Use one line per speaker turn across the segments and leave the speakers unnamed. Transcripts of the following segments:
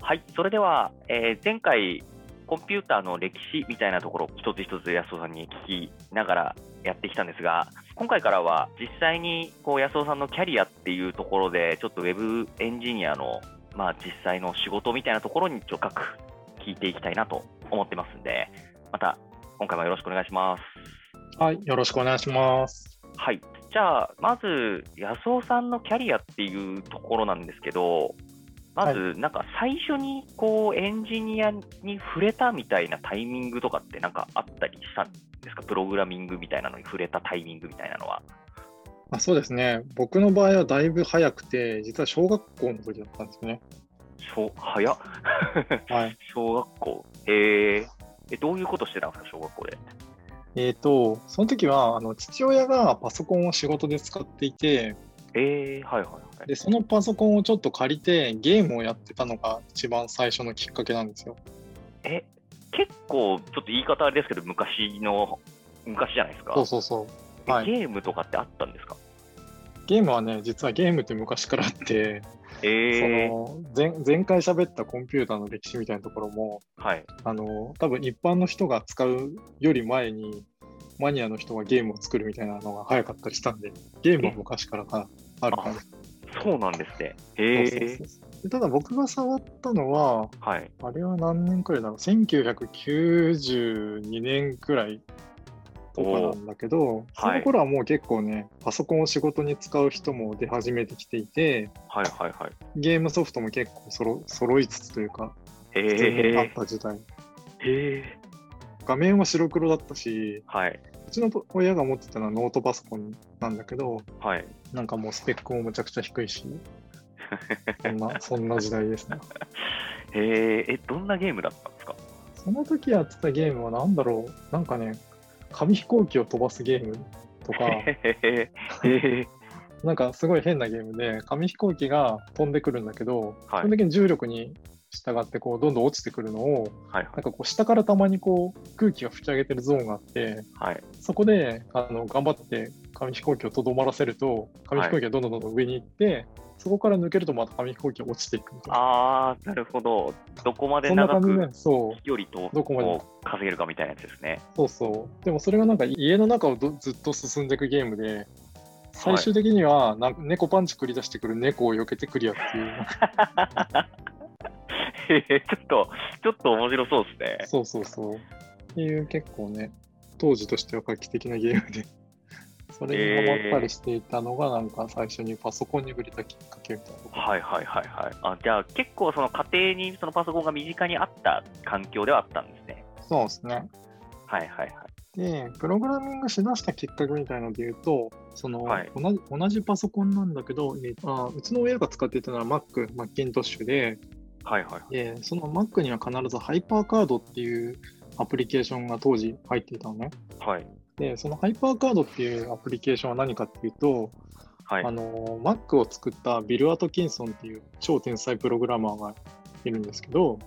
はい、それでは、えー前回、コンピューターの歴史みたいなところ、一つ一つ安尾さんに聞きながらやってきたんですが、今回からは実際にこう安尾さんのキャリアっていうところで、ちょっとウェブエンジニアの、まあ、実際の仕事みたいなところに、ちょっと深く聞いていきたいなと思ってますんで、また今回もよろしくお願いします。
はい、よろしくお願いします。
はい、じゃあ、まず安尾さんのキャリアっていうところなんですけど、まず、なんか最初にこうエンジニアに触れたみたいなタイミングとかって、なんかあったりしたんですか、プログラミングみたいなのに触れたタイミングみたいなのは。
あそうですね、僕の場合はだいぶ早くて、実は小学校の時だったんですね。
小早っ
はい、
小学校、へええ、どういうことしてたんですか、小学校で。
えっ、と、その時はあの父親がパソコンを仕事で使っていて
えー、はいはいはい。
で、そのパソコンをちょっと借りて、ゲームをやってたのが一番最初のきっかけなんですよ。
え、結構、ちょっと言い方あれですけど、昔の、昔じゃないですか。
そうそうそう。
え
はい、
ゲームとかってあったんですか
ゲームはね、実はゲームって昔からあって、
え
そ
ー、
の前前回喋ったコンピューターの歴史みたいなところも、
はい。
あの多分一般の人が使うより前にマニアの人がゲームを作るみたいなのが早かったりしたんでゲームは昔からかあるかな
そうなんですね。へ
そうそう
え
そうでただ僕が触ったのは
はい。
あれは何年くらいだろう1992年くらいとかなんだけど
おー
そ
はい
の頃はもう結構ね、パソコンを仕事に使う人も出始めてきていて
はいはいはい。
ゲームソフトも結構そろ揃いつつというか
へ
普通にあっ
え
た時代、
へえ
画面は白黒だったし
はい。
うちの親が持ってたのはノートパソコンなんだけど、
はい。
なんかもうスペックもむちゃくちゃ低いし、そん な、そんな時代ですね。
へええ、どんなゲームだったんです か
その時やってたゲームは何だろう、なんかね、紙飛行機を飛ばすゲーム とか、
へえへえ
なんかすごい変なゲームで、紙飛行機が飛んでくるんだけど、
はい
基本的に重力に従ってこうどんどん落ちてくるのを、
はい
なんかこう下からたまにこう空気が吹き上げてるゾーンがあって、
はい。
そこであの頑張って紙飛行機をとどまらせると紙飛行機がどんどんどんどん上に行って、そこから抜けるとまた紙飛行機が落ちていくみたいな
ああ、なるほど。どこまで
そんな
長
感じ
く
でそう
よりと
どこまで
こう稼げるかみたいなやつですね。
そうそうでもそれがなんか家の中をどずっと進んでいくゲームで最終的には、なんか猫パンチ繰り出してくる猫を避けてクリアっていう
へえちょっと、ちょっと面白そうですね。
そうそうそうっていう結構ね当時としては画期的なゲームでそれにハマったりしていたのがなんか最初にパソコンに触れたきっかけみたいなとこ
はいはいはいはい。あじゃあ結構その家庭にそのパソコンが身近にあった環境ではあったんですね。
そうですね
はいはいはい。
で、プログラミングしだしたきっかけみたいなので言うと、その、
はい
同じ同じパソコンなんだけど、えーあーうちの親が使っていたのは Mac、Macintosh で、
はいはいはい。
でその Mac には必ずハイパーカードっていうアプリケーションが当時入っていたのね。
はい。
で、そのハイパーカードっていうアプリケーションは何かっていうと、
はい
あ。の、Mac を作ったビル・アトキンソンっていう超天才プログラマーがいるんですけど、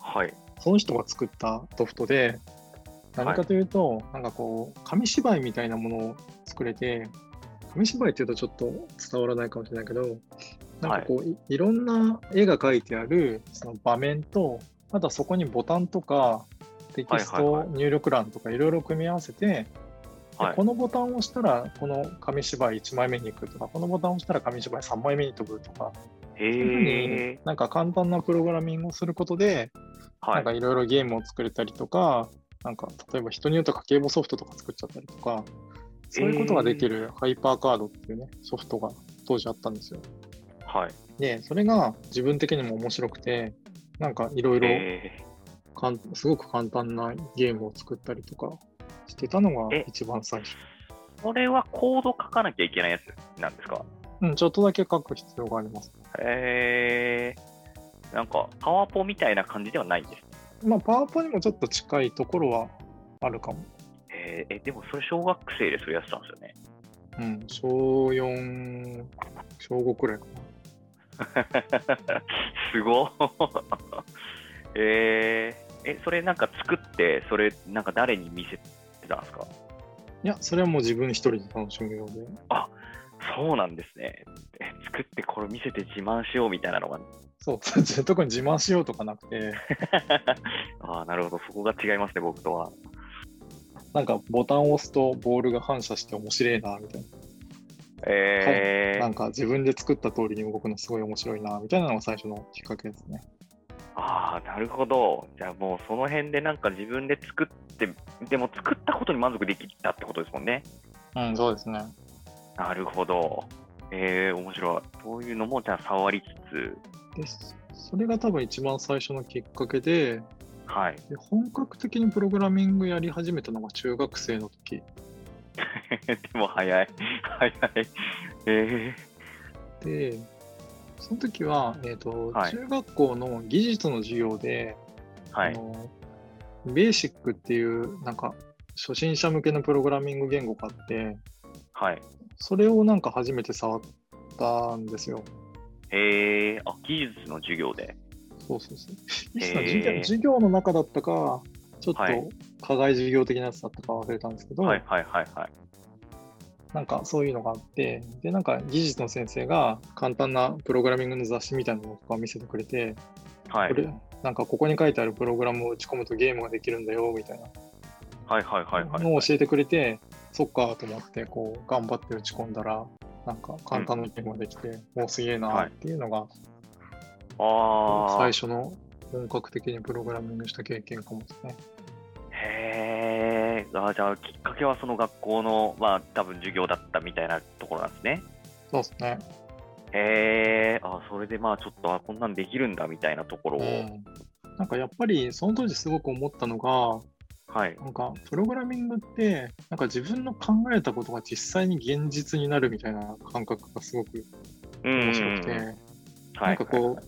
はい。
その人が作ったソフトで、何かというと、なんかこう、紙芝居みたいなものを作れて、紙芝居っていうとちょっと伝わらないかもしれないけど、なんかこう、いいろんな絵が描いてあるその場面と、あとはそこにボタンとか、テキス
はいはい
ト入力欄とかいろいろ組み合わせて、で
はい
こ。のボタンを押したらこの紙芝居1枚目に行くとか、このボタンを押したら紙芝居3枚目に飛ぶとか、
へ
そういうふう
え
になんか簡単なプログラミングをすることで、
は
ないんか。いろいろゲームを作れたりとか、なんか例えば人によっては家計簿ソフトとか作っちゃったりとか、そういうことができるハイパーカードっていうね、ソフトが当時あったんですよ。
はい。
で、それが自分的にも面白くて、なんかいろいろ
えー
かんすごく簡単なゲームを作ったりとかしてたのが
え
一番最初。
これはコード書かなきゃいけないやつなんですか
うん、ちょっとだけ書く必要があります。
えー、なんかパワポみたいな感じではないんです。
まあ、パワーポにもちょっと近いところはあるかも。
えーえ、でもそれ小学生でそれやってたんですよね。
うん、小4、小5くらいかな。
すごっ えー、え、それなんか作って、それなんか誰に見せてたんですか
いや、それはもう自分一人で楽しむようで。
そうなんですね。え作ってこれ見せて自慢しようみたいなのが、
そう 特に自慢しようとかなくて
ああ、なるほど、そこが違いますね、僕とは。
なんかボタンを押すとボールが反射して面白いなみたいな、
えー
なんか自分で作った通りに動くのすごい面白いなみたいなのが最初のきっかけですね
ああ、なるほど。じゃあもうその辺でなんか自分で作って、でも作ったことに満足できたってことですもんね。
うんそうですね
なるほど。えー、面白い。そういうのもじゃあ触りつつ、
でそれが多分一番最初のきっかけで
はい。
で本格的にプログラミングやり始めたのが中学生の時
でも早い。早い。え
でその時は、えーと
はい
中学校の技術の授業で、
ー、は
あ
い。
のベーシックっていうなんか初心者向けのプログラミング言語があって
はい。
それをなんか初めて触ったんですよ。
えー、あ、技術の授業で。
そうそうそう
へー
いつか授業授業の中だったかちょっと
はい
課外授業的なやつだったか忘れたんですけど、
はいはいはいはい。
なんかそういうのがあってでなんか技術の先生が簡単なプログラミングの雑誌みたいなのとかを見せてくれて、
はい。
これなんかここに書いてあるプログラムを打ち込むとゲームができるんだよみたいな
はいはいはいはい。
のを教えてくれて、そっかと思ってこう頑張って打ち込んだらなんか簡単なゲームができて、もうすげえなっていうのが
ああ
最。初の本格的にプログラミングした経験かもですね。
へえ。あーじゃあ、きっかけはその学校の、まあ、多分授業だったみたいなところなんですね。
そうですね。
へえ。あーそれでまあ、ちょっと、あこんなんできるんだみたいなところを。
うんなんかやっぱりその当時すごく思ったのが
はい。
なんかプログラミングってなんか自分の考えたことが実際に現実になるみたいな感覚がすごく
うんうんうん。
面白くて、
はい
なんかこう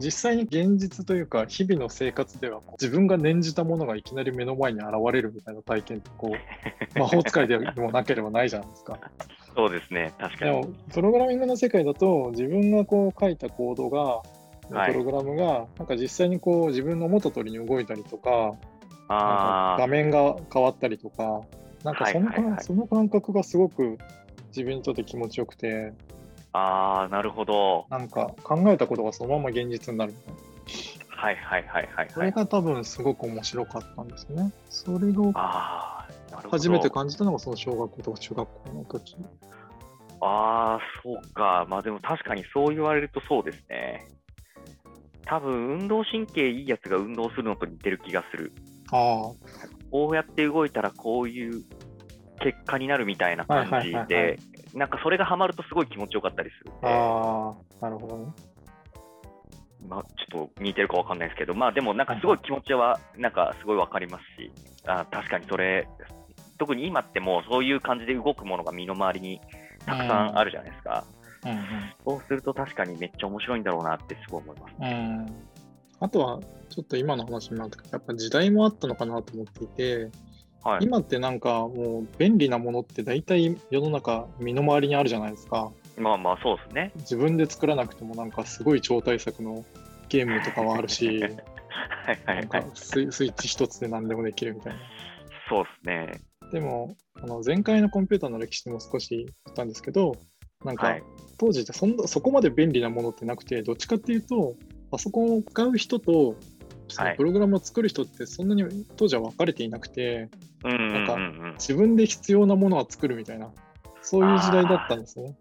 実際に現実というか日々の生活ではこう自分が念じたものがいきなり目の前に現れるみたいな体験ってこ う魔法使いでもなければないじゃないですか。
そうですね、確か
でも
に。
プログラミングの世界だと自分がこう書いたコードが
はい
プログラムがなんか実際にこう自分の思った通りに動いたりとかなんか
あ
画面が変わったりとかなんかその,、
はいはいはい
その感覚がすごく自分にとって気持ちよくて
あ、ああ、なるほど。
なんか考えたことがそのまま現実になるみたいな
はいはいはいはい、
そ
は
れ
い。
が多分すごく面白かったんですね。それを
ああ、なるほど。
初めて感じたのがその小学校とか中学校の時。
ああ、そうか。まあでも確かにそう言われるとそうですね。多分運動神経いいやつが運動するのと似てる気がする。
あ
こうやって動いたらこういう結果になるみたいな感じ
はいはいはいは
で、なんかそれがハマるとすごい気持ちよかったりするんで
あ、ああ、なるほどね。
まあ、ちょっと似てるかわかんないですけど、まあでもなんかすごい気持ちはなんかすごいわかりますし、あ確かにそれ、特に今ってもうそういう感じで動くものが身の回りにたくさんあるじゃないですか。
うん
そうすると確かにめっちゃ面白いんだろうなってすごい思います。
うんうん、あとはちょっと今の話になったけどやっぱ時代もあったのかなと思っていて、
はい。
今ってなんかもう便利なものって大体世の中身の回りにあるじゃないですか
まあまあそうですね。
自分で作らなくてもなんかすごい超大作のゲームとかはあ るし
はいは
ない
は
んか
い。
スイスイッチ一つで何でもできるみたいな
そうですね。
でもあの前回のコンピューターの歴史でも少し言ったんですけどなん
は
か
い。
当時ってそんなそこまで便利なものってなくてどっちかっていうとパソコンを使う人とそのプログラムを作る人ってそんなに当時は分かれていなくて
うんうん
なん
うん
か
うん。
自分で必要なものは作るみたいなそういう時代だったんですね。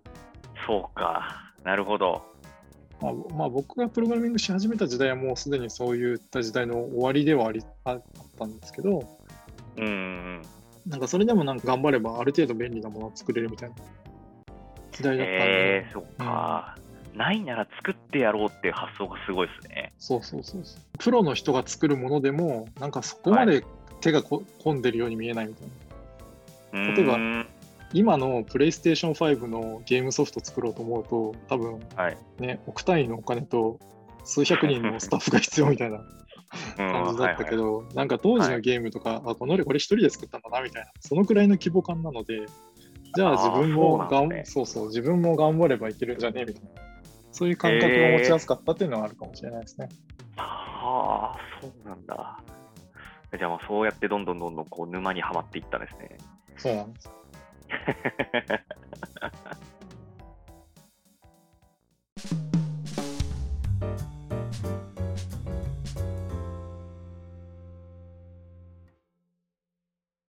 そうか。なるほど。
まあ、まあ僕がプログラミングし始めた時代はもうすでにそういった時代の終わりではありああったんですけど
うんうん。
なんかそれでもなんか頑張ればある程度便利なものを作れるみたいな時代だったんで、
えー、そっか。ないなら作ってやろうっていう発想がすごいですね。
そうそうそうそうプロの人が作るものでもなんかそこまで手がこ込んでるように見えないみたいな例え
う
ば
ーん
今のプレイステーション5のゲームソフト作ろうと思うと多分、
はい
ね億単位のお金と数百人のスタッフが必要み たいな感じだったけど、なんか当時のゲームとか、あこのこれ一人で作ったんだなみたいなそのくらいの規模感なのでじゃあ
あー
自分も
そうな
が
ん
ん
です
そうそう自分も頑張ればいけるんじゃねえみたいなそういう感覚を持ちやすかったっていうのはあるかもしれないですね。
はあ、そうなんだ。じゃあまあそうやってどんどんどんどんこう沼にはまっていったんですね。
そうなんです